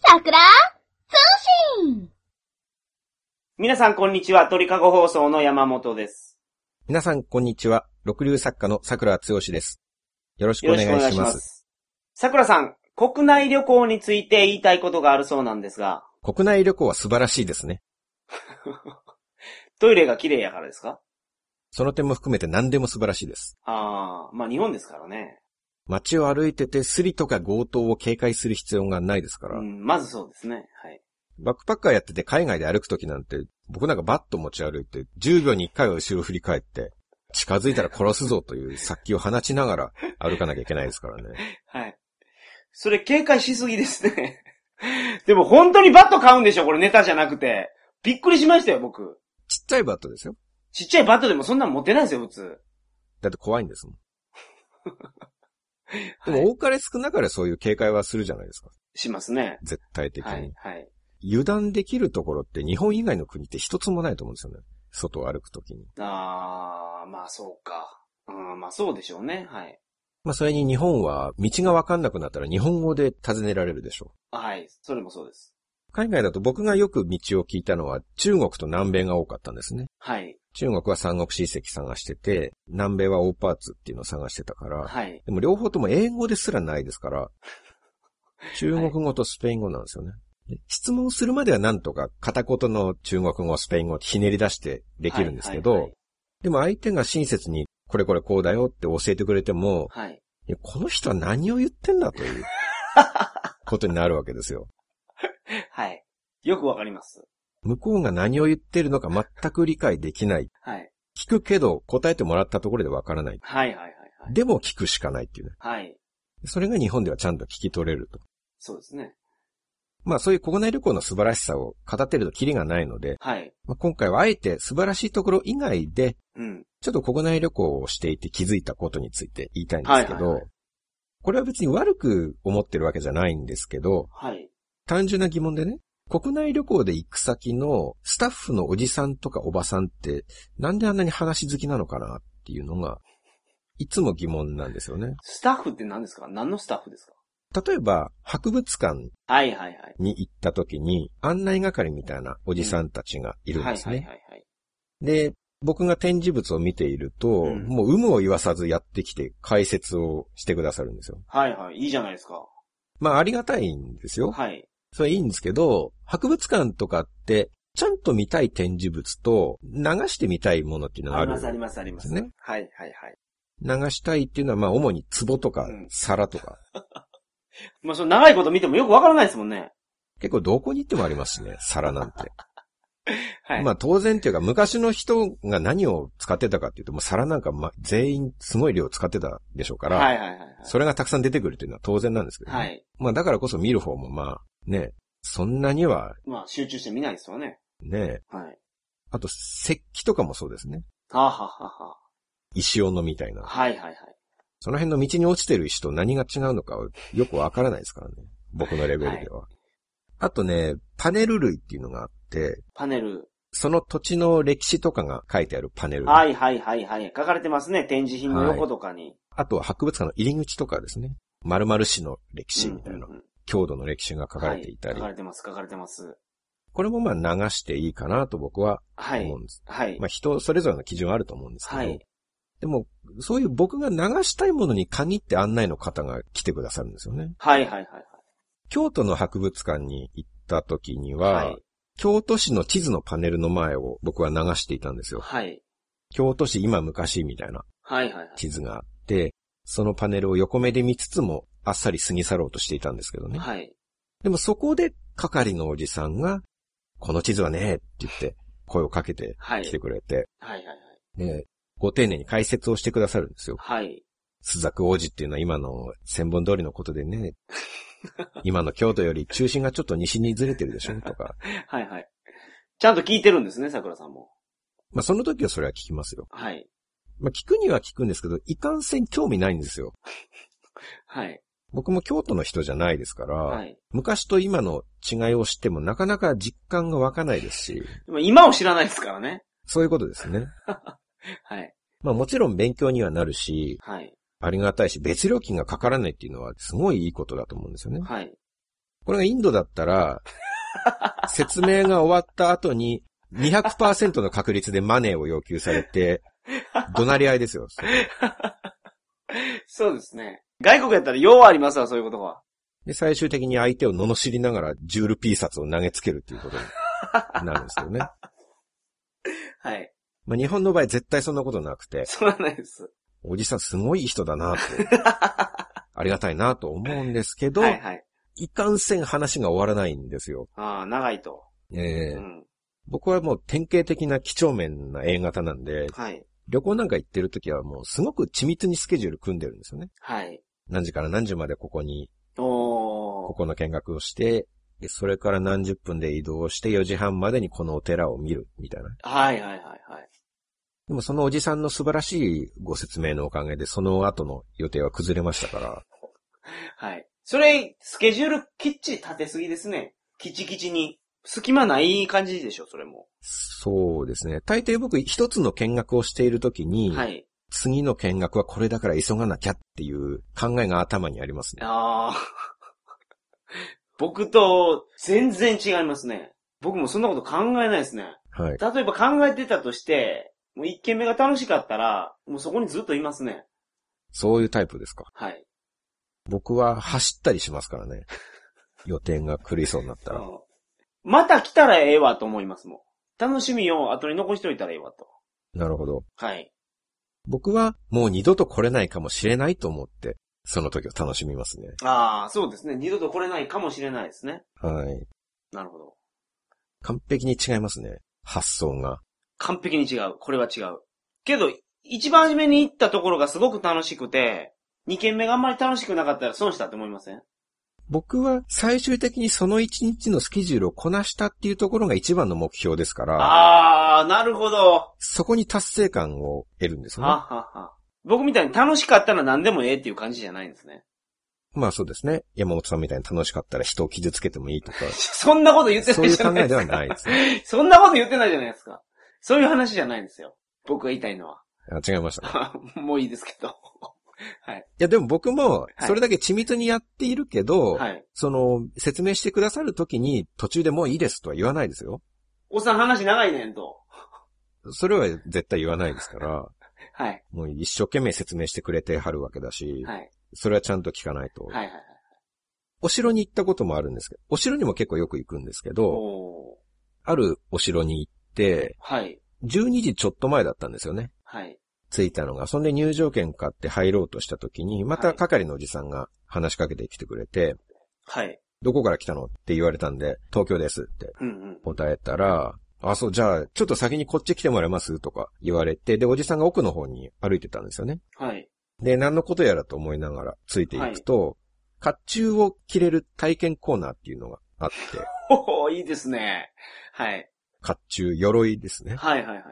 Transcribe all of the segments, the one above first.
桜通信皆さんこんにちは、鳥かご放送の山本です。皆さん、こんにちは。六流作家の桜剛です。よろしくよおろしくお願い願いししま。ますす。桜さん、国内旅行について言いたいことがあるそうなんですが、国内旅行は素晴らしいですね。トイレが綺麗やからですかその点も含めて何でも素晴らしいです。ああ、まあ日本ですからね。街を歩いててスリとか強盗を警戒する必要がないですから。うん、まずそうですね。はい。バックパッカーやってて海外で歩くときなんて、僕なんかバット持ち歩いて、10秒に1回は後ろ振り返って、近づいたら殺すぞという 殺気を放ちながら歩かなきゃいけないですからね。はい。それ警戒しすぎですね。 でも本当にバット買うんでしょこれネタじゃなくて。びっくりしましたよ、僕。ちっちゃいバットですよ。ちっちゃいバットでもそんなん持ってないですよ、普通。だって怖いんで すもん。ではいも多かれ少なかれそういう警戒はするじゃないですか。しますね。絶対的に。はい、はい。油断できるところって日本以外の国って一つもないと思うんですよね。外を歩くときに。あー、まあそうか。うん、まあそうでしょうね。はい。まあそれに日本は道がわかんなくなったら日本語で尋ねられるでしょはい。それもそうです。う。海外だと僕がよく道を聞いたのは中国と南米が多かったんですね。はい。中国は三国志遺跡探してて、南米はオーパーツっていうのを探してたから、はい。でも両方とも英語ですらないで すから、中国語とスペイン語なんですよね。で質問するまではなんとか片言の中国語、スペイン語をひねり出してできるんですけど、はい。でも相手が親切に、これこれこうだよって教えてくれても、はいはいいやこの人は何を言ってんだということになるわけですよ。 はい。 はい。よくわかります。向こうが何を言ってるのか全く理解できない。はい。聞くけど答えてもらったところでわからない。はいはいはいはい。でも聞くしかないっていうね。はい。それが日本ではちゃんと聞き取れると。そうですね。まあそういう国内旅行の素晴らしさを語ってるとキリがないので、はい。まあ、今回はあえて素晴らしいところ以外で、うん。ちょっと国内旅行をしていて気づいたことについて言いたいんですけど、はいはいはいこれは別に悪く思ってるわけじゃないんですけど、はい。単純な疑問でね、国内旅行で行く先のスタッフのおじさんとかおばさんって、なんであんなに話好きなのかなっていうのが、いつも疑問なんですよね。スタッフって何ですか何のスタッフですか例えば、博物館はいはいはい。に行った時に、案内係みたいなおじさんたちがいるんですね。はいはいはいはい。で、僕が展示物を見ていると、うんもう有無を言わさずやってきて解説をしてくださるんですよ。はいはい。いいじゃないですか。まあありがたいんですよ。はい。それいいんですけど、博物館とかって、ちゃんと見たい展示物と、流してみたいものっていうのがあありる。ますありますあります。ね。はいはいはい。流したいっていうのは、まあ主に壺とかうん、皿とか。まあその長いこと見てもよくわからないですもんね。結構どこに行ってもありますしね、皿な んて。はい。まあ当然っていうか、昔の人が何を使ってたかっていうと、もう皿なんか、まあ全員すごい量使ってたでしょうから、はいはいはいはい。それがたくさん出てくるっていうのは当然なんですけどね、はい。まあだからこそ見る方もまあ、ね、そんなには、まあ集中して見ないですよね。ね、はい。あと石器とかもそうですね。はあ、はあはあは石斧みたいあ、な。はいはいはい。その辺の道に落ちてる石と何が違うのかはよくわからないですからね。僕のレベルでは。あとね、パネル類っていうのがあって、パネル。その土地の歴史とかが書いてあるパネル。はいはいはいはい。書かれてますね。展示品の横とかに。あとは博物館の入り口とかですね。〇〇市の歴史みたいなうんう。んうん郷土の歴史が書かれていたはり書か。れてます、書かれてます。これもまあ流していいかなと僕ははい。思うんです。はいま。あ人それぞれの基準はあると思うんですけど。はい。でも、そういう僕が流したいものに限って案内の方が来てくださるんですよね。はいはいはいはい。京都の博物館に行った時には、はい。京都市の地図のパネルの前を僕は流していたんですよ。はい。京都市今昔みたいなはいはいはい。地図があって、そのパネルを横目で見つつも、あっさり過ぎ去ろうとしていたんですけどね。はい。でもそこで、係のおじさんが、この地図はねえって言って、声をかけてはい。来てくれて、はいはいはい。で、ご丁寧に解説をしてくださるんですよ。はい。スザク王子っていうのは今の千本通りのこと でね、今の京都より中心がちょっと西にずれてるでしょとか。はいはい。ちゃんと聞いてるんですね、桜さんも。まあその時はそれは聞きますよ。はい。まあ聞くには聞くんですけど、いかんせん興味ないんですよ。はい。僕も京都の人じゃないですから、はい。昔と今の違いを知ってもなかなか実感が湧かないですし、でも今を知らないですからね。そういうことですね。はい。まあもちろん勉強にはなるし、はい。ありがたいし、別料金がかからないっていうのはすごいいいことだと思うんですよね。はい。これがインドだった ら、説明が終わった後に200%の確率でマネーを要求され て、怒鳴り合いですよ。それそうですね。外国やったらようありますわ、そういうことが。で、最終的に相手を罵りながらジュールピー札を投げつけるっていうことになるんで すよね。はい。まあ、日本の場合絶対そんなことなくて、そうなんです。おじさんすごいいい人だ なと、ありがたいなと思うんですけど、、はいいはい。かんせん話が終わらないんですよ。ああ、長いと。ええうん。僕はもう典型的な几帳面な A 型なんで、はい。旅行なんか行ってる時はもうすごく緻密にスケジュール組んでるんですよね。はい。何時から何時までここに、おこー。この見学をして、でそれから何十分で移動して4時半までにこのお寺を見る、みたいな。はいはいはいはい。でもそのおじさんの素晴らしいご説明のおかげで、その後の予定は崩れましたから、はい。それ、スケジュールきっちり立てすぎですね。きちきちに。隙間ない感じでしょ、それも。そうですね。大抵僕一つの見学をしている時に、はい。次の見学はこれだから急がなきゃっていう考えが頭にありますね。ああ。 僕と全然違いますね。僕もそんなこと考えないですね。はい。例えば考えてたとして、もう一軒目が楽しかったら、もうそこにずっといますね。そういうタイプですか。はい。僕は走ったりしますからね。予定が狂いそうになったうら。んまた来たらええわと思いますもん。楽しみを後に残しといたらええわと。なるほど。はい。僕はもう二度と来れないかもしれないと思って、その時を楽しみますね。ああ、そうですね。二度と来れないかもしれないですね。はい。なるほど。完璧に違いますね。発想が。完璧に違う。これは違う。けど、一番初めに行ったところがすごく楽しくて、二軒目があんまり楽しくなかったら損したって思いません僕は最終的にその一日のスケジュールをこなしたっていうところが一番の目標ですから、ああ、なるほど。そこに達成感を得るんですはね。はは。僕みたいに楽しかったら何でもええっていう感じじゃないんですね。まあそうですね。山本さんみたいに楽しかったら人を傷つけてもいいと か、そんなこと言ってそなういいうじゃ考ないでえですはか。ないですね。 そんなこと言ってないじゃないですか。そういう話じゃないんですよ。僕が言いたいのは。 あ違いましたね。もういいですけど。はい。いやでも僕も、いそれだけ緻密にやっているけど、はい。その、説明してくださるときに、途中でもういいですとは言わないですよ。おっさん話長いねんと。それは絶対言わないですから、はい。もう一生懸命説明してくれてはるわけだし、はい。それはちゃんと聞かないと。はいはいはい。お城に行ったこともあるんですけど、お城にも結構よく行くんですけど、おー。あるお城に行って、はい。 12時ちょっと前だったんですよね。はい。着いたのが。そんで入場券買って入ろうとしたときに、まはたい係のおじさんが話しかけてきてくれて、はい。どこから来たのって言われたんで、東京ですってうんうん。答えたら、あ、そう、じゃあ、ちょっと先にこっち来てもらえますとか言われて、で、おじさんが奥の方に歩いてたんですよね。はい。で、何のことやらと思いながらついていくと、甲冑を着れる体験コーナーっていうのがあって、おー、いいですね。はい。甲冑、鎧ですね。はいはいはい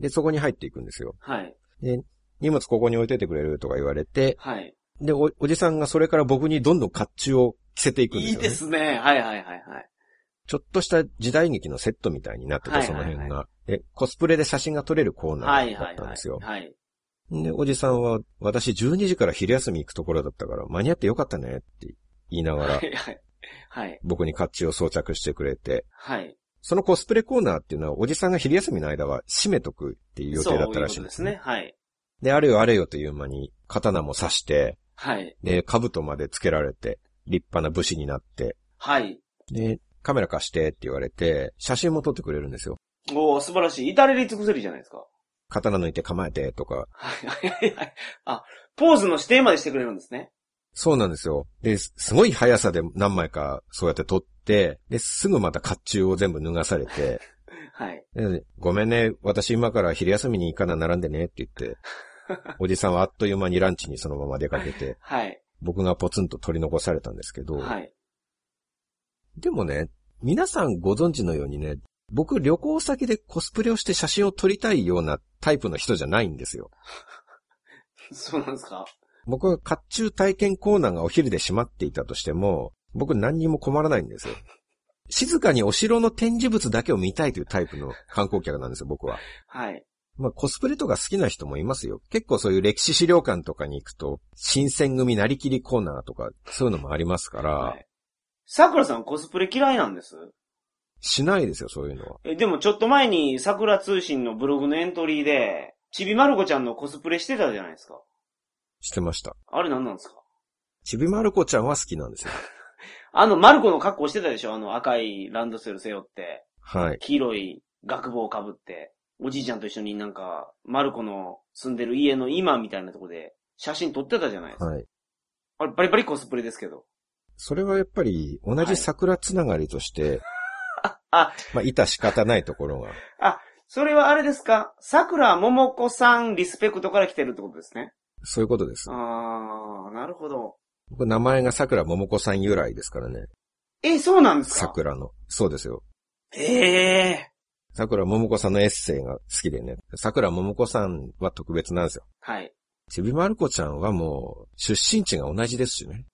で、そこに入っていくんですよ。はい。はい。荷物ここに置いといてくれるとか言われて、はい。で、お、おじさんがそれから僕にどんどん甲冑を着せていくんですいいよ、ね。ですね。はいはいはいはい。ちょっとした時代劇のセットみたいになってはて、いその辺が、はいで、コスプレで写真が撮れるコーナはいーだはっいたんはでいすよ。。はい。で、おじさんは、私12時から昼休み行くところだったから、間に合ってよかったねって言いながは ら、いはい。はい。僕に甲冑を装着してくれて、はい。そのコスプレコーナーっていうのは、おじさんが昼休みの間は閉めとくっていう予定だったらしいんですそうね。うことですね。はい。で、あれよあれよという間に、刀も刺して、はい。で、兜までつけられて、立派な武士になって、はい。で、カメラ貸してって言われて、写真も撮ってくれるんですよ。おー、素晴らしい。至れり尽くせりじゃないですか。刀抜いて構えてとか、はいはいはいはい。あ、ポーズの指定までしてくれるんですね。そうなんですよ。で、すすごい速さで何枚かそうやって撮って、で、すぐまた甲冑を全部脱がされて、はい。でごめんね、私今から昼休みに行かな並んでねって言って、おじさんはあっという間にランチにそのまま出かけて、はい。僕がポツンと取り残されたんですけど、はい。でもね、皆さんご存知のようにね、僕旅行先でコスプレをして写真を撮りたいようなタイプの人じゃないんですよ。そうなんですか僕は甲冑体験コーナーがお昼で閉まっていたとしても、僕何にも困らないんですよ。静かにお城の展示物だけを見たいというタイプの観光客なんですよ、僕は。はい。まあコスプレとか好きな人もいますよ。結構そういう歴史資料館とかに行くと、新選組なりきりコーナーとか、そういうのもありますから、はい。桜さんコスプレ嫌いなんです。しないですよ、そういうのは。え、でもちょっと前に桜通信のブログのエントリーで、ちびまる子ちゃんのコスプレしてたじゃないですか。してました。あれ何なんですかちびまる子ちゃんは好きなんですよ。あの、まる子の格好してたでしょあの赤いランドセル背負って、はい。黄色い学帽をかぶって、おじいちゃんと一緒になんか、まる子の住んでる家の今みたいなとこで写真撮ってたじゃないですか。はい。あれバリバリコスプレですけど。それはやっぱり、同じ桜つながりとして、あ、まあ、いた仕方ないところが。それはあれですか桜桃子さんリスペクトから来てるってことですね。そういうことです。あー、なるほど。僕、名前が桜桃子さん由来ですからね。え、そうなんですか桜の。そうですよ。ええ桜桃子さんのエッセイが好きでね。桜桃子さんは特別なんですよ。はい。ちびまる子ちゃんはもう、出身地が同じですしね。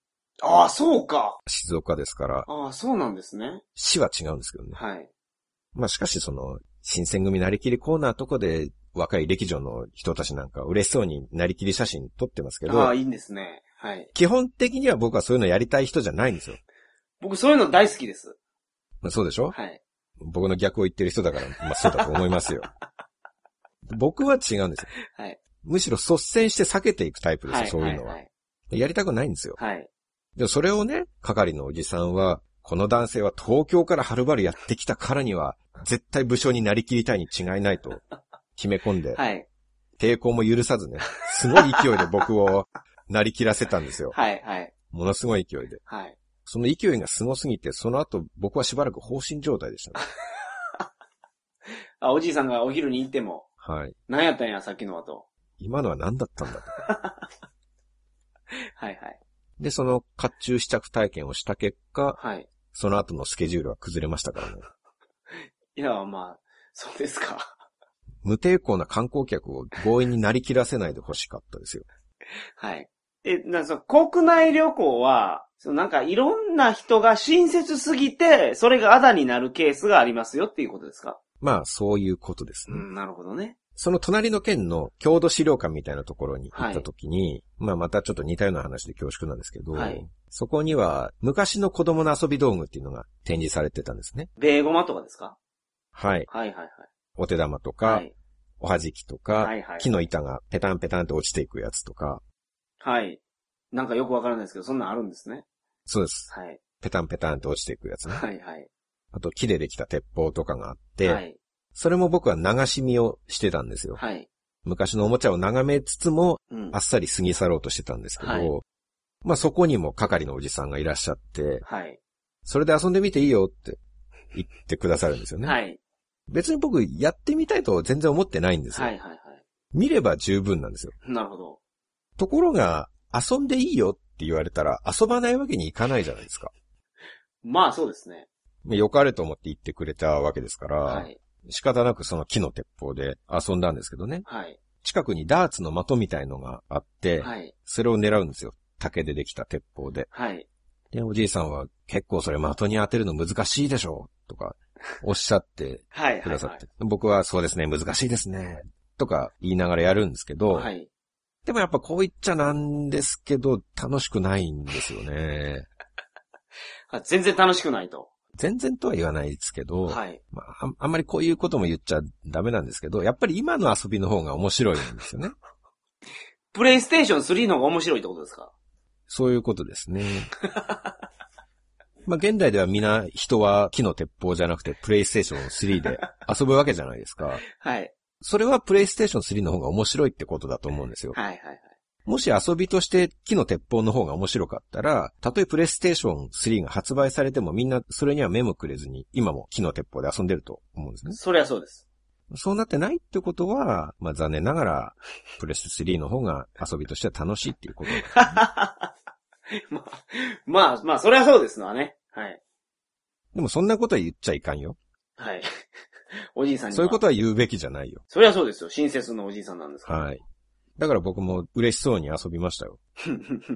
ああ、そうか。静岡ですから、ああ、そうなんですね。市は違うんですけどね。はい。まあしかしその、新選組なりきりコーナーとこで、若い歴女の人たちなんか嬉しそうになりきり写真撮ってますけああ、ど、いいんですね。はい。基本的には僕はそういうのやりたい人じゃないんですよ。僕そういうの大好きです。まあ、そうでしょはい。僕の逆を言ってる人だから、まあそうだと思いますよ。 僕は違うんですよ。はいむしろ率先して避けていくタイプですよ、はい。そういうのは。はい。やりたくないんですよ。はい。でもそれをね、係のおじさんは、この男性は東京からはるばるやってきたからには、絶対武将になりきりたいに違いないと、決め込んで、はい。抵抗も許さずね、すごい勢いで僕をなりきらせたんですよ。はい。はい。ものすごい勢いで。はい。その勢いがすごすぎて、その後僕はしばらく放心状態でした、ね。あ、おじいさんがお昼に行っても、はい。何やったんや、さっきのはと。今のは何だったんだとはいはい。で、その甲冑試着体験をした結果、はい。その後のスケジュールは崩れましたからね。いや、まあ、そうですか。 無抵抗な観光客を強引になりきらせないでほしかったですよ。はい。え、な、その、国内旅行は、そのなんかいろんな人が親切すぎて、それがあだになるケースがありますよっていうことですかまあ、そういうことですね。うん、なるほどね。その隣の県の郷土資料館みたいなところに行った時に、まあまたちょっと似たような話で恐縮なんですけど、はいそこには昔の子供の遊び道具っていうのが展示されてたんですね。ベーゴマとかですかはい。はいはいはい。お手玉とか、はい。おはじきとか、はいはい。木の板がペタンペタンって落ちていくやつとか、はい。なんかよくわからないですけど、そんなんあるんですね。そうです。はい。ペタンペタンって落ちていくやつね。はいはい。あと木でできた鉄砲とかがあって、はい。それも僕は流し見をしてたんですよ。はい。昔のおもちゃを眺めつつも、うんあっ。さり過ぎ去ろうとしてたんですけど、はいまあそこにも係のおじさんがいらっしゃって、はい。それで遊んでみていいよって言ってくださるんですよね。はい。別に僕やってみたいと全然思ってないんですよ。はいはいは見れば十分なんですよ。い。なるほど。ところが、遊んでいいよって言われたら遊ばないわけにいかないじゃないですか。まあそうですね。まあよかれと思って言ってくれたわけですから、はい。仕方なくその木の鉄砲で遊んだんですけどね。はい。近くにダーツの的みたいのがあって、はい。それを狙うんですよ。竹でできた鉄砲で。はい。で、おじいさんは結構それ的に当てるの難しいでしょうとか、おっしゃって はい。くださって。僕はそうですね、難しいですね。とか言いながらやるんですけど、はい。でもやっぱこう言っちゃなんですけど、楽しくないんですよね。あ全然楽しくないと。全然とは言わないですけど、はい。まあ、あんあんまりこういうことも言っちゃダメなんですけど、やっぱり今の遊びの方が面白いんですよね。プレイステーション3の方が面白いってことですかそういうことですね。まあ現代では皆人は木の鉄砲じゃなくてプレイステーション3で遊ぶわけじゃないですか。はい。それはプレイステーション3の方が面白いってことだと思うんですよ。はいはいはい。もし遊びとして木の鉄砲の方が面白かったら、たとえプレイステーション3が発売されてもみんなそれには目もくれずに今も木の鉄砲で遊んでると思うんですね。そりゃそうです。 そうなってないってことは、まあ残念ながらプレステ3の方が遊びとしては楽しいっていうこと。まあ、まあ、まあ、そりゃそうですのはね。はい。でもそんなことは言っちゃいかんよ。はい。おじいさんには。そういうことは言うべきじゃないよ。そりゃそうですよ。親切のおじいさんなんですから。はい。だから僕も嬉しそうに遊びましたよ。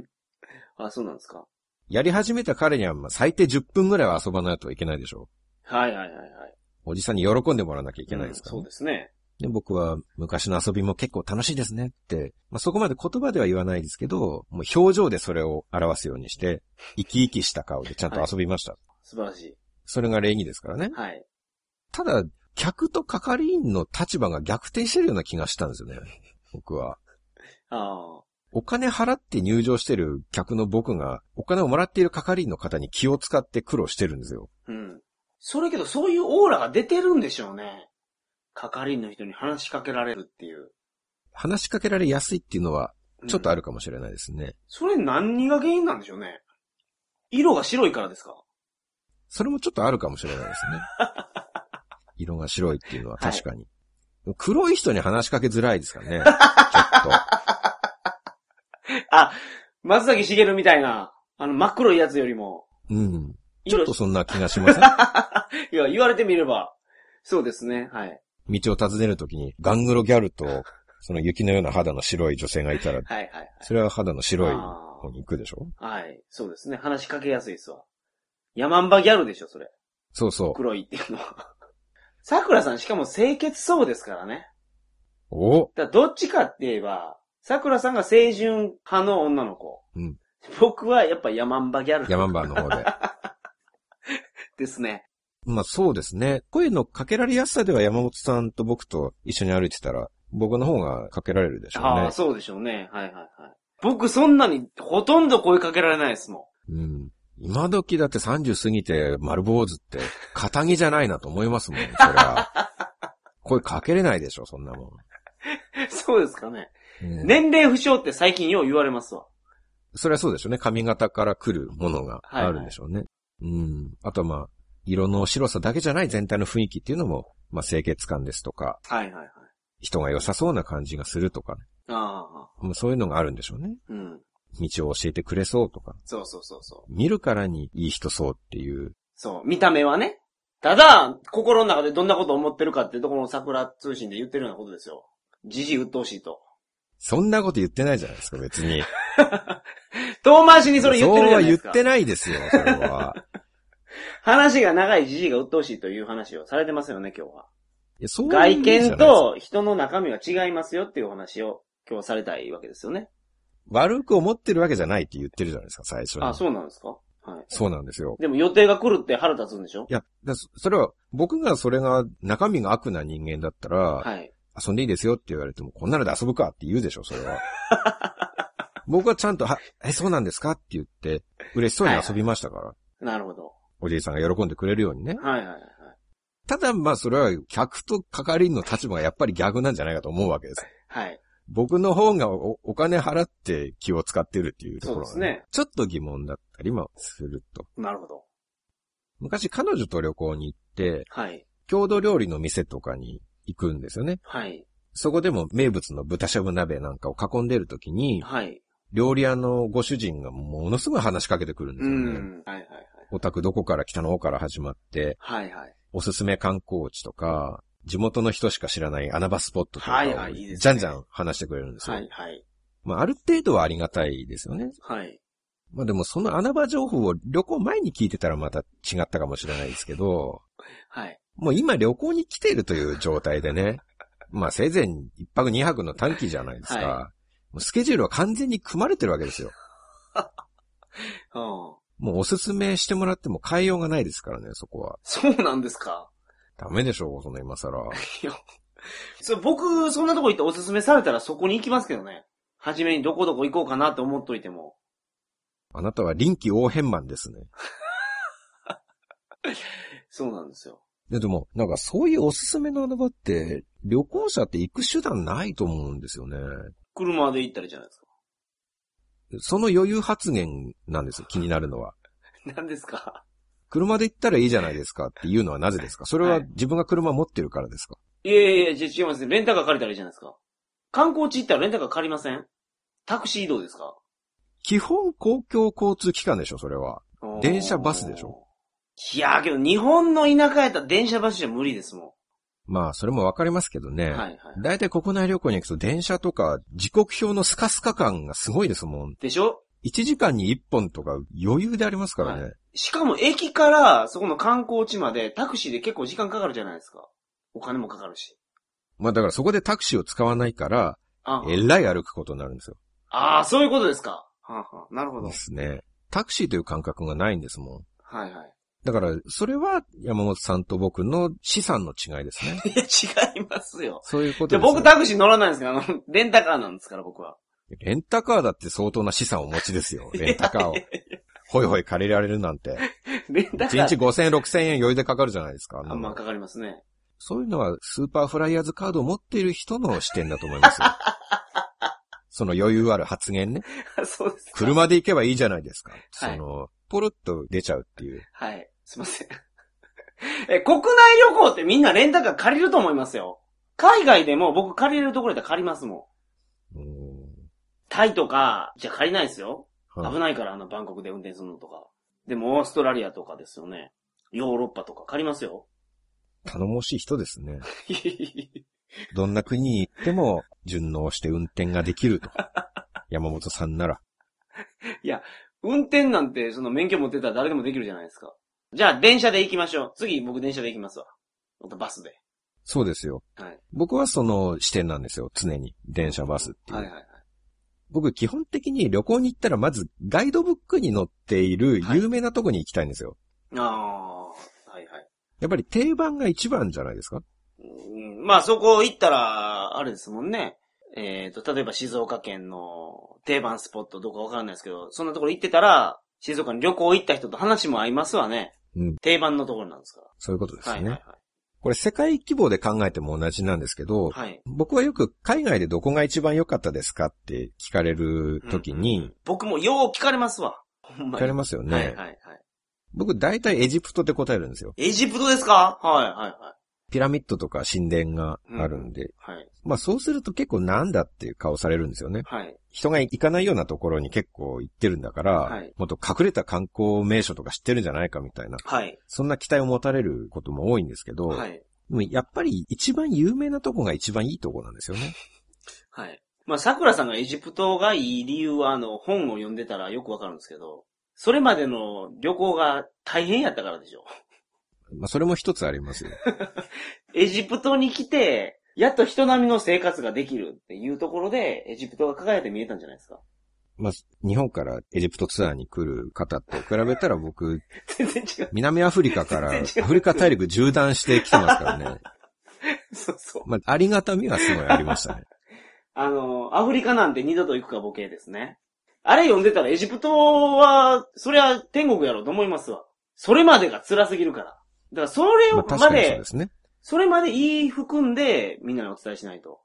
あ、そうなんですか。やり始めた彼にはまあ最低10分ぐらいは遊ばないといけないでしょはいはいはいはい。おじさんに喜んでもらわなきゃいけないですから、うんそうですね。で、僕は昔の遊びも結構楽しいですねって、まあ、そこまで言葉では言わないですけど、もう表情でそれを表すようにして、生き生きした顔でちゃんと遊びました。素晴らしい。それが礼儀ですからね。はい。ただ、客と係員の立場が逆転してるような気がしたんですよね。僕は。ああ。お金払って入場してる客の僕が、お金をもらっている係員の方に気を使って苦労してるんですよ。うん。それけど、そういうオーラが出てるんでしょうね。係員の人に話しかけられるっていう。話しかけられやすいっていうのは、ちょっとある。るかもしれないですね。それ何が原因なんでしょうね。色が白いからですか それもちょっとあるかもしれないです ね。色が白いっていうのは確かに。黒い人に話しかけづらいですから ね。ちょっと。あ、松崎しげるみたいな、あの、真っ黒いやつよりも。うん。ちょ色っとそんな気がしません いや、言われてみれば。そうですね、はい。道を訪ねるときに、ガングロギャルと、その雪のような肌の白い女性がいたら、はい、はい。それは肌の白いあ方に行くでしょーはい、そうですね。話しかけやすいですわ。ヤマンバギャルでしょ、それ。そうそう。黒いっていうのは。 桜さん、しかも清潔そうですからね。おだからどっちかって言えば、桜さんが清純派の女の子。うん僕はやっぱヤマンバギャルヤマンバーの方で。 ですね。まあそうですね。声のかけられやすさでは山本さんと僕と一緒に歩いてたら、僕の方がかけられるでしょうあねあ、。そうでしょうね。はいはいはい。僕そんなにほとんど声かけられないですもん。うん。今時だって30過ぎて丸坊主って、肩着じゃないなと思いますもん、そ れは。声かけれないでしょ、そんなも そうですかね。ん。ね年齢不詳って最近よう言われますわ。それはそうでしょうね。髪型から来るものがあるんでしょうね。うん。あとはまあ、色の白さだけじゃない全体の雰囲気っていうのも、まあ清潔感ですとか、はいはいはい。人が良さそうな感じがするとか、ああ、もうそういうのがあるんでしょうね。うん。道を教えてくれそうとか、そうそうそうそう。見るからにいい人そうっていう、そう、見た目はね。ただ、心の中でどんなことを思ってるかっていうところの桜通信で言ってるようなことですよ。じじ鬱陶しいと。そんなこと言ってないじゃないですか、別に。遠回しに それ言ってるじゃないですか。そうは言ってないですよ、それは。話が長いじじいが鬱陶しいという話をされてますよね、今日は。いやそうい外うんじゃないです見と人の中身は違いますよっていうお話を今日はされたいわけですよね。悪く思ってるわけじゃないって言ってるじゃないですか、最初に。あ、そうなんですかはい。そうなんですよ。でも予定が来るって腹立つんでしょいや、だそそれは、僕がそれが中身が悪な人間だったら、はい。遊んでいいですよって言われても、こんなので遊ぶかって言うでしょ、それは。 僕はちゃんと、は、え、そうなんですかって言って、嬉しそうに遊びましたから。なるほど。おじいさんが喜んでくれるようにね。はいはいはい。ただ、まあ、それは、客と係員の立場がやっぱり逆なんじゃないかと思うわけです。はい。僕の方がおお金払って気を使ってるっていうところが、そうですねちょっと疑問だったりもすると。なるほど。昔彼女と旅行に行って、はい。郷土料理の店とかに行くんですよね。はい。そこでも名物の豚しゃぶ鍋なんかを囲んでるときに、はい。料理屋のご主人がものすごい話しかけてくるんでうすよね。ん。はいはいはい。お宅どこから来たのから始まって、はいはい。おすすめ観光地とか、地元の人しか知らない穴場スポットとかを、はいはいいいですねじゃんじゃん話してくれるんですよ。はいはい。まあ、ある程度はありがたいですよね。はい。まあでもその穴場情報を旅行前に聞いてたらまた違ったかもしれないですけど、はい。もう今旅行に来てるという状態でね、 まあせいぜい1泊2泊の短期じゃないですか。はもうスケジュールは完全に組まれてるわけですよ。うん。もうおすすめしてもらっても変えようがないですからね、そこは。そうなんですかダメでしょう、その今更。 そう僕、そんなとこ行っておすすめされたらそこに行きますけどね。はじめにどこどこ行こうかなって思っといても。あなたは臨機応変マンですね。そうなんですよ。ででも、なんかそういうおすすめの穴場って、旅行者って行く手段ないと思うんですよね。車で行ったりじゃないですその余裕発言なんですよ、気になるのは。か。 何ですか車で行ったらいいじゃないですかっていうのはなぜですかそれは自分が車持ってるからですか、いやいやいや、違いますね。レンタカー借りたらいいじゃないですか。観光地行ったらレンタカー借りませんタクシー移動ですか基本公共交通機関でしょそれは。電車バスでしょいやーけど日本の田舎やったら電車バスじゃ無理ですもまあ、それもわかりますけどね。ん。はいはい。だいたい国内旅行に行くと電車とか時刻表のスカスカ感がすごいですもん。でしょ1時間に1本とか余裕でありますからね。はしかも駅からそこの観光地までタクシーで結構時間かかるじゃないですか。お金もかかるし。まあだからそこでタクシーを使わないから、あえらい歩くことになるんですよ。あー、そういうことですか。はあはあ、なるほどで。すね。タクシーという感覚がないんですもん。はいはい。だから、それは山本さんと僕の資産の違いで すね。いや、違いますよ。そういうことじでゃすよ僕タクシー乗らないんですけど、あの、レンタカーなんですから、僕は。 レンタカーだって相当な資産をお持ちですよ。レンタカーを。ほいほい借りられるなん て。レンタカ1日ー。 5000円、6000円余裕でかかるじゃないですか。あんなあんまあのかかりますね。 そういうのはスーパーフライヤーズカードを持っている人の視点だと思いますよ。 その余裕ある発言ね。そうですか。車で行けばいいじゃないですか。はいその、ポロッと出ちゃうっていう。はい。すいません。 え、国内旅行ってみんなレンタカー借りると思いますよ。海外でも僕借りれるところで借りますもん。うーんタイとか、じゃ借りないですよ。はい危ないから、あの、バンコクで運転するのとか。でも、オーストラリアとかですよね。ヨーロッパとか借りますよ。 頼もしい人ですね。どんな国に行っても順応して運転がで きると。山本さんなら。運転なんて、その免許持ってたら誰でもできるじゃないですか。じゃあ、電車で行きましょう。次、僕電車で行きますわ。あとバスで。そうですよ。はい。僕はその視点なんですよ。常に。電車バスっていう。はいはいはい。僕基本的に旅行に行ったらまずガイドブックに載っているはい有名なとこに行きたいんですよ。ああー、はいはい。やっぱり定番が一番じゃないですか。うんまあそこ行ったら、あれですもんね。えっ、と、例えば静岡県の定番スポットどこかわからないですけど、そんなところ行ってたら、静岡に旅行行った人と話も合いますわね。うん定番のところなんですかそういうことですら。よはね。いはいこれ世界規模で考えても同じなんですけはど、い。はい。僕はよく海外でどこが一番良かったですかって聞かれるときうんうんうにん、僕もよう聞かれますわ。ほんま聞に。かれますよね。はいはいはい。僕大体エジプトで答えるんですよ。エジプトですかはいはピラミッドとか神殿があるんで、いはい。まあそうすると結構なんだっていう顔されるんですよね。はい。はい。人が行かないようなところに結構行ってるんだから、はいもっと隠れた観光名所とか知ってるんじゃないかみたいな、はい。そんな期待を持たれることも多いんですけど、はい。でもやっぱり一番有名なとこが一番いいとこなんですよね。はい。まあ、桜さんがエジプトがいい理由は、あの、本を読んでたらよくわかるんですけど、それまでの旅行が大変やったからでしょ。まあそれも一つありますよ。エジプトに来て、やっと人並みの生活ができるっていうところで、エジプトが輝いて見えたんじゃないですか。 まあ日本からエジプトツアーに来る方と比べたら僕、全然違う。南アフリカから全然違うアフリカ大陸縦断してきてますからね。そうそう。まあありがたみはすごいありましたね。あの、アフリカなんて二度と行くかボケですね。あれ読んでたらエジプトは、そりゃ天国やろうと思いますわ。それまでが辛すぎるから。だからそれまをあ確まかにそうでで、すね。それまで言い含んで、みんなにお伝えしないと。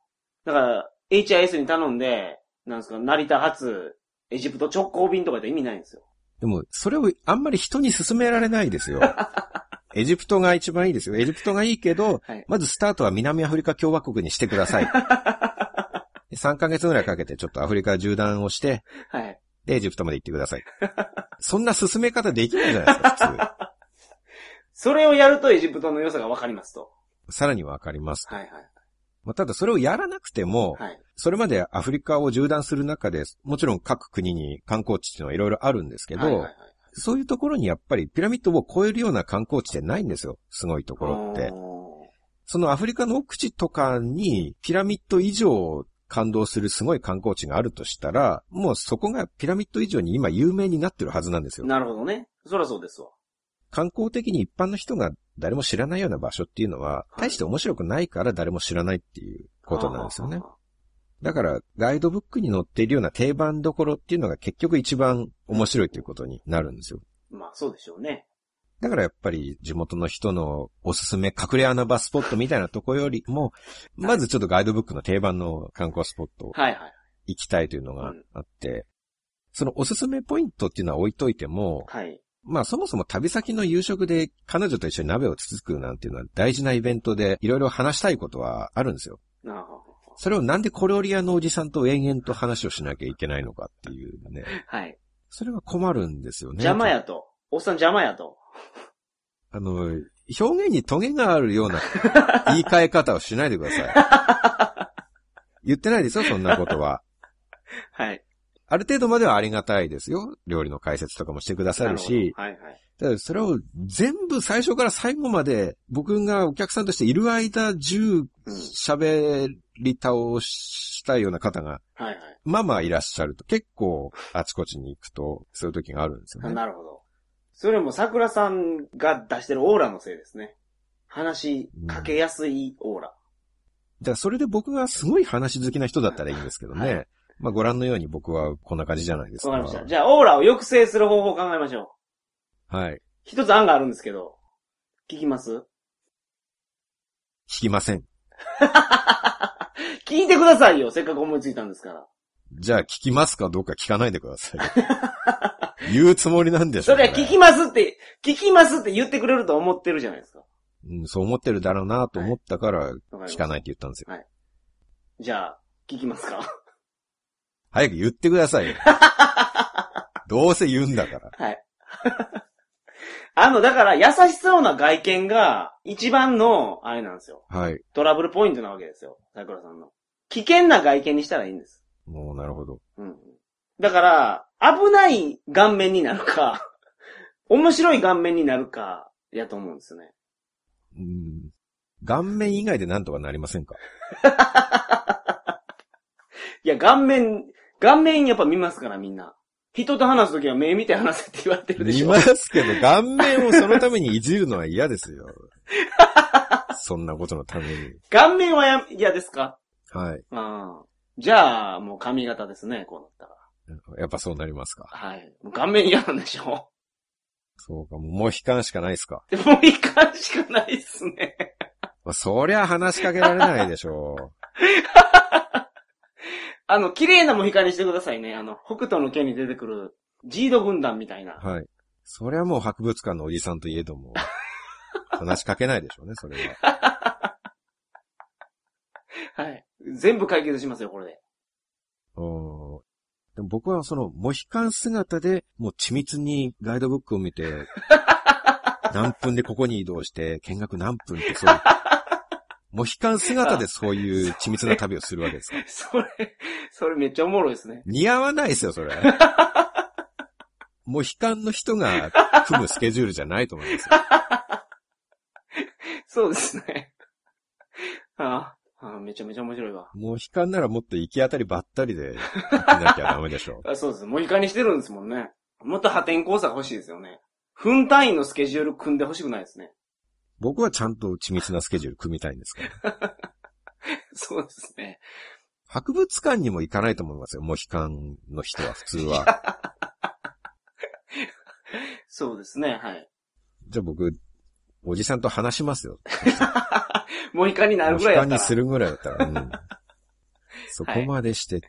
だから、HIS に頼んで、なんですか、成田発、エジプト直行便とかって意味ないんですよ。でも、それをあんまり人に勧められな いですよ。エジプトが一番いいですよ。エジプトがいいけど、はいまずスタートは南アフリカ共和国にしてく ださい。3ヶ月ぐらいかけてちょっとアフリカ縦断をして、はい。で、エジプトまで行ってくだ さい。そんな進め方できないじゃないですか、それをやるとエジプトの良さがわかりますと。普通。さらにわかります。はいはい。まあ、ただそれをやらなくても、はい。それまでアフリカを縦断する中で、もちろん各国に観光地っていうのはいろいろあるんですけど、はいはいはいそういうところにやっぱりピラミッドを超えるような観光地ってないんですよ。すごいところって。おそのアフリカの奥地とかにピラミッド以上感動するすごい観光地があるとしたら、もうそこがピラミッド以上に今有名になってるはずなんですーよ。なるほどね。そりゃそうですわ。観光的に一般の人が誰も知らないような場所っていうのは、い大して面白くないから誰も知らないっていうことなんですよねは。あ。だから、ガイドブックに載っているような定番どころっていうのが結局一番面白いということになるんですよ。まあそうでしょうね。だからやっぱり地元の人のおすすめ隠れ穴場スポットみたいなとこよりも、まずちょっとガイドブックの定番の観光スポットはいはい。行きたいというのがあって、そのおすすめポイントっていうのは置いといても、はい。まあそもそも旅先の夕食で彼女と一緒に鍋をつつくなんていうのは大事なイベントでいろいろ話したいことはあるんですよ。なあそれをなんで小料理屋のおじさんと延々と話をしなきゃいけないのかっていうね。はい。それは困るんですよね。邪魔やと。おっさん邪魔やと。あの、表現にトゲがあるような言い換え方をしないで ください。言ってないですよ、そんなことは。はい。ある程度まではありがたいですよ。料理の解説とかもしてくださるし、なるほどはいはい。ただそれを全部最初から最後まで僕がお客さんとしている間10うん。喋り倒したいような方が、はいはい。まあまあいらっしゃると結構あちこちに行くとそういう時があるんですよね。なるほど。それも桜さんが出してるオーラのせいですね。話しかけやすいオーラ。だからそれで僕がすごい話好きな人だったらいいんですけどね。はまあご覧のように僕はこんな感じじゃないですわ、か。かりました。じゃあ、オーラを抑制する方法を考えましょう。はい。一つ案があるんですけど、聞きます聞きません。聞いてくださいよ。せっかく思いついたんですから。じゃあ聞きますかどうか聞かないでくださ い。言うつもりなんでしょ、そうれね。は聞きますって、聞きますって言ってくれると思ってるじゃないですか。うん、そう思ってるだろうなと思ったからわかりまし聞たかないって言ったんですよ。じゃあ、聞きますか早く言ってくださ いよ。どうせ言うんだから。はい。あの、だから、優しそうな外見が、一番の、あれなんですよ。はい。トラブルポイントなわけですよ。桜さんの。危険な外見にしたらいいんです。もうなるほど。うん。だから、危ない顔面になるか、 面白い顔面になるか、やと思うんですよね。うん。顔面以外でなんとかなりませんかいや、顔面、顔面やっぱ見ますからみんな。人と話すときは目見て話せって言われてるでしいょ。ますけど、顔面をそのためにいじるのは嫌ですよ。そんなことのために。顔面はや嫌ですかはい。ああ。じゃあ、もう髪型ですね、こうなったら。やっぱそうなりますか。はい。もう顔面嫌なんでしょそうか、もう悲観しかないですか。でもう一回しかないっすね。まあ、そりゃ話しかけられないでしょあの、綺麗なモヒカンにしてくださいね。あの、北斗の剣に出てくる、ジード軍団みたいな。う。はい。そりゃもう博物館のおじさんといえども、話しかけないでしょうね、それは。はい。全部解決しますよ、これで。うんでも僕はその、モヒカン姿で、もう緻密にガイドブックを見て、何分でここに移動して、見学何分ってそういう、モヒカン姿でそういう緻密な旅をするわけですから。それ、それめっちゃおもろいですね。似合わないですよ、それ。モヒカンの人が組むスケジュールじゃないと思いますよ。そうですね。ああ、ああめちゃめちゃ面白いわ。モヒカンならもっと行き当たりばったりで行きなきゃダメでしょあそうです。モヒカンにしてるんですもんね。もっと破天荒さが欲しいですよね。分単位のスケジュール組んで欲しくないですね。僕はちゃんと緻密なスケジュール組みたいんですから。そうですね。博物館にも行かないと思いますよ、モヒカンの人は、普通は。そうですね、はい。じゃあ僕、おじさんと話しますよ。モヒカンになるモぐヒらいやカっンたにら。するぐらいだった ら。うん、そこまでして。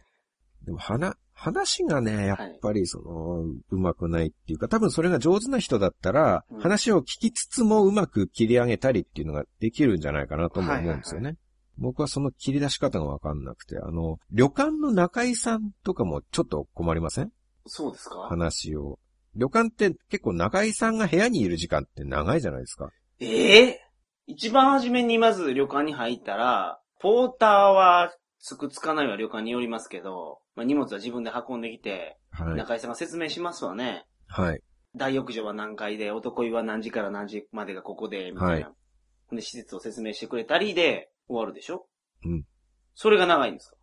でも、話、話がね、やっぱり、その、うまくないっていうか、多分それが上手な人だったらうん、話を聞きつつもうまく切り上げたりっていうのができるんじゃないかなとも思うんですよね。は僕はその切り出し方がわかんなくて、あの、旅館の中井さんとかもちょっと困りませんそうですか話を。旅館って結構中井さんが部屋にいる時間って長いじゃないですか。ええ一番初めにまず旅館に入ったら、ポーターはつくつかないは旅館によりますけど、まあ、荷物は自分で運んできて、はい。中井さんが説明しますわね。はい。大浴場は何階で、男湯は何時から何時までがここで、みたいな。はいで、施設を説明してくれたりで、終わるでしょうん。それが長いんですか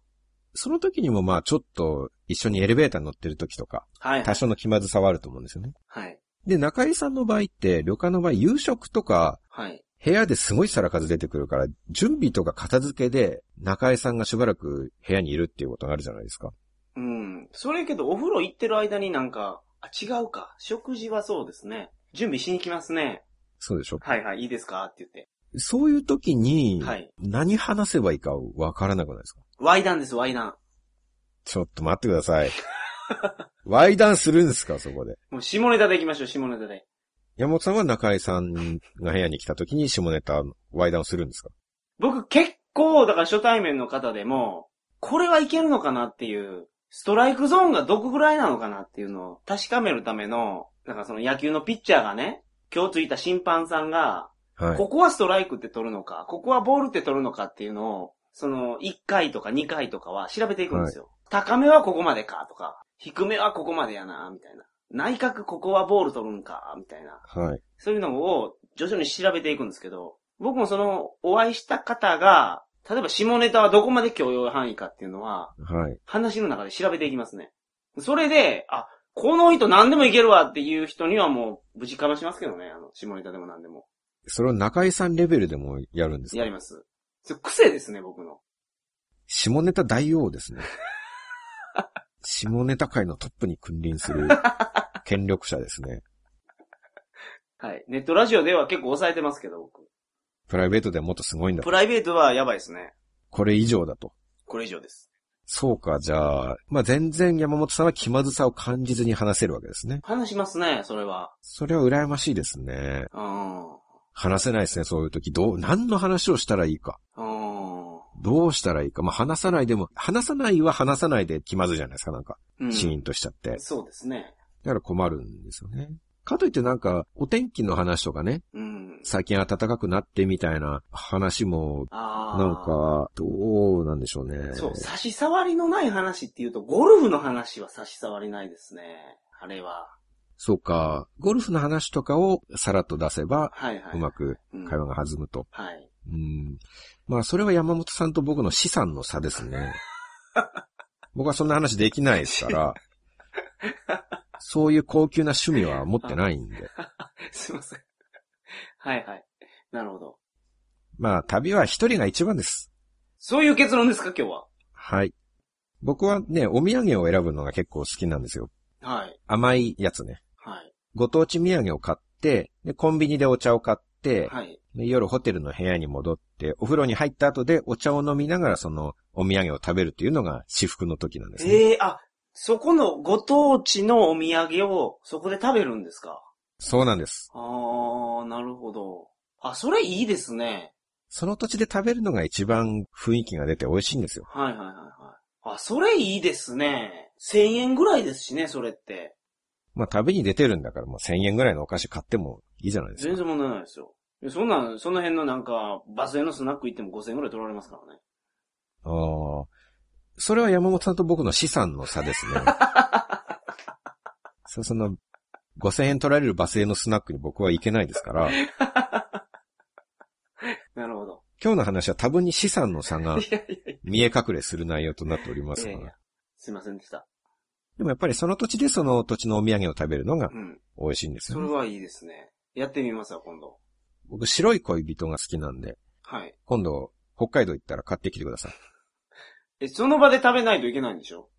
その時にもまあちょっと一緒にエレベーター乗ってる時とか、はい。多少の気まずさはあると思うんですよね。はい。で、中井さんの場合って、旅館の場合夕食とか、はい。部屋ですごい皿数出てくるから、準備とか片付けで、中井さんがしばらく部屋にいるっていうことがあるじゃないですか。うん。それけど、お風呂行ってる間になんか、あ、違うか。食事はそうですね。準備しに来ますね。そうでしょはいはい、いいですかって言って。そういう時にはい、何話せばいいかわからなくないですかワイダンです、ワイダン。ちょっと待ってください。 ワイダンするんですか、そこで。もう下ネタで行きましょう、下ネタで。山本さんは中井さんが部屋に来た時に下ネタ、ワイダンをするんですか僕結構、だから初対面の方でも、これはいけるのかなっていう、ストライクゾーンがどこぐらいなのかなっていうのを確かめるための、だからその野球のピッチャーがね、今日ついた審判さんが、はい。ここはストライクって取るのか、ここはボールって取るのかっていうのを、その1回とか2回とかは調べていくんですよ。高めはここまでかとか、低めはここまでやな、みたいな。内角ここはボール取るんか、みたいな。はい。そういうのを徐々に調べていくんですけど、僕もそのお会いした方が、例えば下ネタはどこまで許容範囲かっていうのは、はい。話の中で調べていきますね。それで、あ、この人何でもいけるわっていう人にはもう、無事かましますけどね、あの、下ネタでも何でも。それを中井さんレベルでもやるんですかやります。それ癖ですね、僕の。下ネタ大王です ね。下ネタ界のトップに君臨する権力者ですね。はい。ネットラジオでは結構抑えてますけど、僕。プライベートではもっとすごいんだプ。ライベートはやばいですね。これ以上だと。これ以上です。そうか、じゃあ、まあ、全然山本さんは気まずさを感じずに話せるわけですね。話しますね、それは。それは羨ましいですね。うん。うん。話せないですね、そういう時。どう、何の話をしたらいいか。どうしたらいいか。まあ、話さないでも、話さないは話さないで気まずいじゃないですか、なんか。うん。シーンとしちゃって。そうですね。だから困るんですよね。かといってなんか、お天気の話とかね、うん。最近暖かくなってみたいな話も、ああ。なん。か、どうなんでしょうね。そう、差し障りのない話っていうと、ゴルフの話は差し障りないですね。あれは。そうか。ゴルフの話とかをさらっと出せば、はいはい。うまくうん会話が弾むと。はい。 うん。まあ、それは山本さんと僕の資産の差で すね。僕はそんな話できないですから、そういう高級な趣味は持ってないんで。すいません。はいはい。なるほど。まあ、旅は一人が一番です。そういう結論ですか、今日は。はい。僕はね、お土産を選ぶのが結構好きなんですよ。はい。甘いやつね。はい。ご当地土産を買って、で、コンビニでお茶を買って、はい。で夜ホテルの部屋に戻って、お風呂に入った後でお茶を飲みながらそのお土産を食べるっていうのが至福の時なんですね。ええあ、そこのご当地のお土産をそこで食べるんですかそうなんです。あー、なるほど。あ、それいいですね。その土地で食べるのが一番雰囲気が出て美味しいんですよ。はいはいはいはい。あ、それいいですね。1000円ぐらいですしね、それって。まあ旅に出てるんだからもう1000円ぐらいのお菓子買ってもいいじゃないです全か。然問題ないですよ。いやそんなん、その辺のなんか、バスへのスナック行っても5000円ぐらい取られますからね。あーそれは山本さんと僕の資産の差ですね。 そうその、5000円取られるバスへのスナックに僕は行けないですから、なるほど。今日の話は多分に資産の 差がいやいやい見え隠れする内容となっておりますやがい。や。すいませんでした。でもやっぱりその土地でその土地のお土産を食べるのがうん。美味しいんですそよ、れね。はいいですね。やってみますわ、今度。僕白い恋人が好きなんで、はい。今度北海道行ったら買ってきてください。え、その場で食べないといけないんでしょ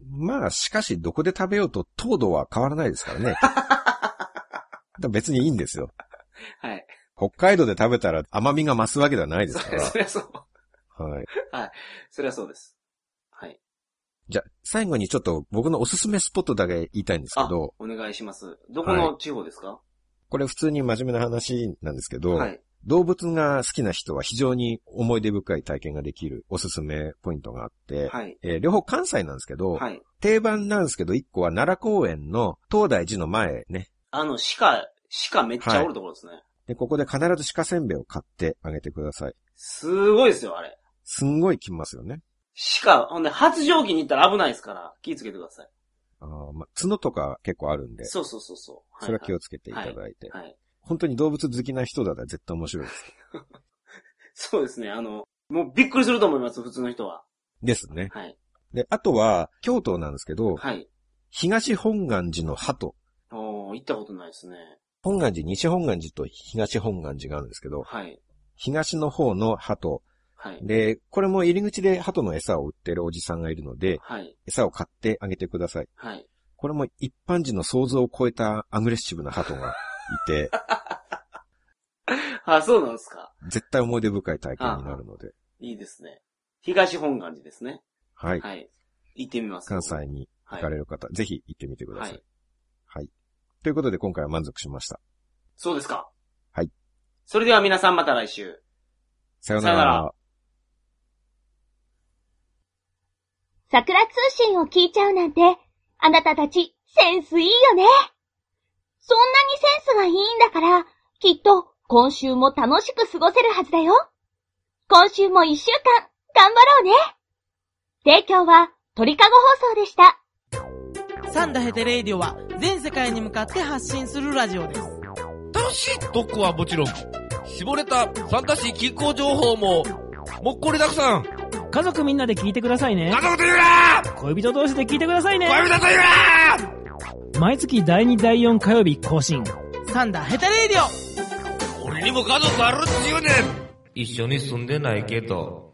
まあしかしどこで食べようと糖度は変わらないですから ね。だから別にいいんですよ。はい。北海道で食べたら甘みが増すわけではないですそから。そりゃそう。はい。そりゃそうです。はい。じゃ、最後にちょっと僕のおすすめスポットだけ言いたいんですけあ、どお、願いします。どこの地方ですかこれ普通に真面目な話なんですけど、はい。動物が好きな人は非常に思い出深い体験ができるおすすめポイントがあって、はい。えー両方関西なんですけど、はい。定番なんですけど、一個は奈良公園の東大寺の前ね。あの、鹿、鹿めっちゃおるところですね。で、ここで必ず鹿せんべいを買ってあげてください。すごいですよ、あれ。すんごい来ますよね。鹿、ほんで、発情期に行ったら危ないですから、気をつけてください。あーまあ、角とか結構あるんで、そうそうそうそう。それは気ををつけていただいて。はい。本当に動物好きな人だったら絶対面白いです。そうですね、あの、もうびっくりすると思います、普通の人は。ですね。はい。で、あとは、京都なんですけど、はい。東本願寺の鳩。おー、行ったことないですね。本願寺、西本願寺と東本願寺があるんですけど、はい。東の方の鳩。はい。で、これも入り口で鳩の餌を売ってるおじさんがいるので、はい。餌を買ってあげてください。はい。これも一般人の想像を超えたアグレッシブな鳩が いて、あ、そうなんですか。絶対思い出深い体験になるので、いいですね。東本願寺ですね。はい。はい。行ってみます。関西には行いかれる方、ぜひ行ってみてくだはさい。はいい。。ということで今回は満足しました。そうですか。はい。それでは皆さんまた来週。さようなさようならら。桜通信を聞いちゃうなんて、あなたたちセンスいいよね。そんなにセンスがいいんだから、きっと今週も楽しく過ごせるはずだよ。今週も一週間、頑張ろうね。提供は鳥かご放送でした。サンダヘテレーディオは全世界に向かって発信するラジオです。楽しい特攻はもちろん、絞れた参加し気候情報も、もっこりたくさん。家族みんなで聞いてくださいね家。族と言うな恋人同士で聞いてくださいね。恋人と言うな毎月第2第4火曜日更新。サンダヘテレーディオ俺にも家族あるっちゅうねん一緒に住んでないけど、